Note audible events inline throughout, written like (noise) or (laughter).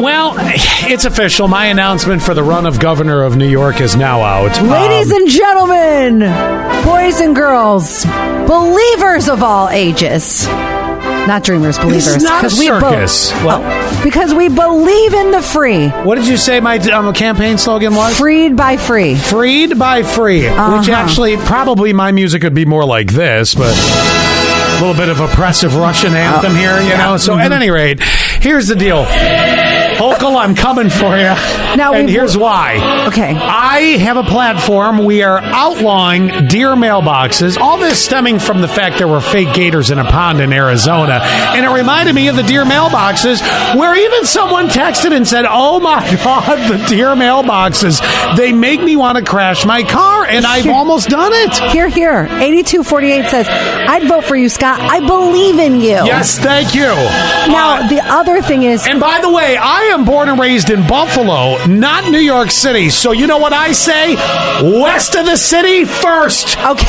Well, it's official. My announcement for the run of governor of New York is now out. Ladies and gentlemen, boys and girls, believers of all ages. Not dreamers, believers. This is not a 'cause we bo- circus. What? Oh, because we believe in the free. What did you say my um, campaign slogan was? Freed by free. Freed by free, which Uh-huh. actually probably my music would be more like this, but a little bit of oppressive Russian anthem here, you know. So at any rate, here's the deal. Hokel, I'm coming for you. Now and we- here's why. Okay. I have a platform. We are outlawing deer mailboxes. All this stemming from the fact there were fake gators in a pond in Arizona. And it reminded me of the deer mailboxes, where even someone texted and said, Oh my (laughs) God, the deer mailboxes. They make me want to crash my car, and (laughs) I've almost done it. Here, here. 8248 says, I'd vote for you, Scott. I believe in you. Yes, thank you. Now, the other thing is, And by the way, I am born and raised in Buffalo, not New York City. So you know what I say? West of the city first. okay.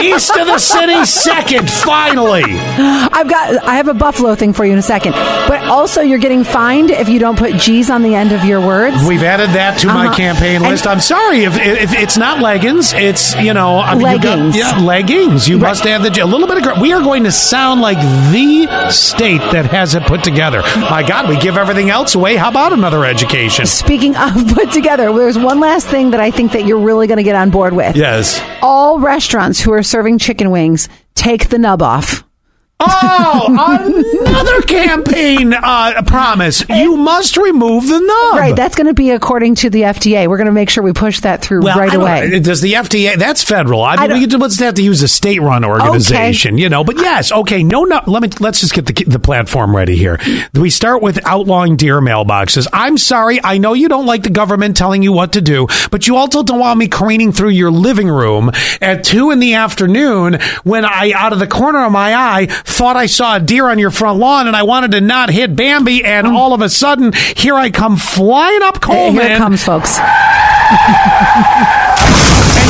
East of the city second, finally. (laughs) I've got I have a buffalo thing for you in a second. But also you're getting fined if you don't put G's on the end of your words. We've added that to my Uh-huh. campaign list. And- I'm sorry if, if it's not leggings. It's, you know, I mean, you got- Leggings. yeah, leggings. You must have the, a little bit of, gr- we are going to sound like the state that has it put together. My God, we give everything else away. How about another education? Speaking of (laughs) put together, there's one last thing that I think that you're really going to get on board with. Yes. All restaurants who are serving chicken wings take the nub off. (laughs) Oh, another campaign uh, promise. You must remove the nub. Right, that's going to be according to the FDA. We're going to make sure we push that through Well, right I don't- away. Does the FDA? That's federal. I mean, don't- we could- let's have to use a state-run organization, you know. But yes, okay. No, no. Let me. Let's just get the the platform ready here. We start with outlawing deer mailboxes. I'm sorry. I know you don't like the government telling you what to do, but you also don't want me careening through your living room at two in the afternoon when I, out of the corner of my eye, thought I saw a deer on your front lawn and I wanted to not hit Bambi, and all of a sudden, here I come flying up Coleman. Mm. Here it comes, folks. And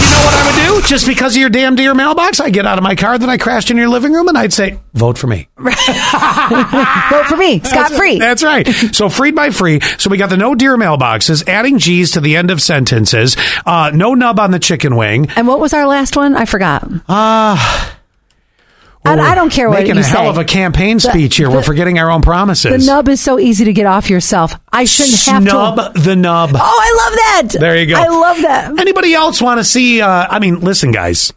you know what I would do? Just because of your damn dear mailbox, I get out of my car, then I crashed in your living room, and I'd say, "Vote for me." Vote for (laughs) me, Scott Free. That's (laughs) right. So freed by free. So we got the no deer mailboxes, adding G's to the end of sentences, uh, no nub on the chicken wing. And what was our last one? I forgot. And I don't care what Ah. making you a hell say. of a campaign speech here. We're forgetting our own The promises. nub is so easy to get off yourself. I shouldn't have Snub to. the nub. Oh, I love that. There you go. I love that. Anybody else want to see? Uh, I mean, listen, guys.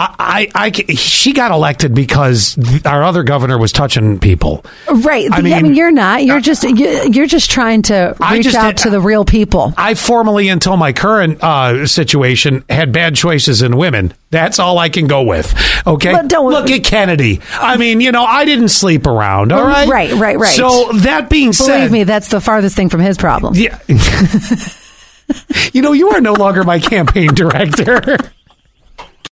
I, I, I, ca- she got elected because th- our other governor was touching people. Right. I I mean, mean- uh, you're not. You're just you- you're just trying to I reach just out did- uh, to the real people. I formerly, until my current uh, situation, had bad choices in women. That's all I can go with. Okay, But don't- look at Kennedy. I mean, you know, I didn't sleep around. All right, Right, right, right. So that being Believe said, me, that's the farthest thing from his (laughs) problem. yeah. you know, you are no longer my campaign director. (laughs)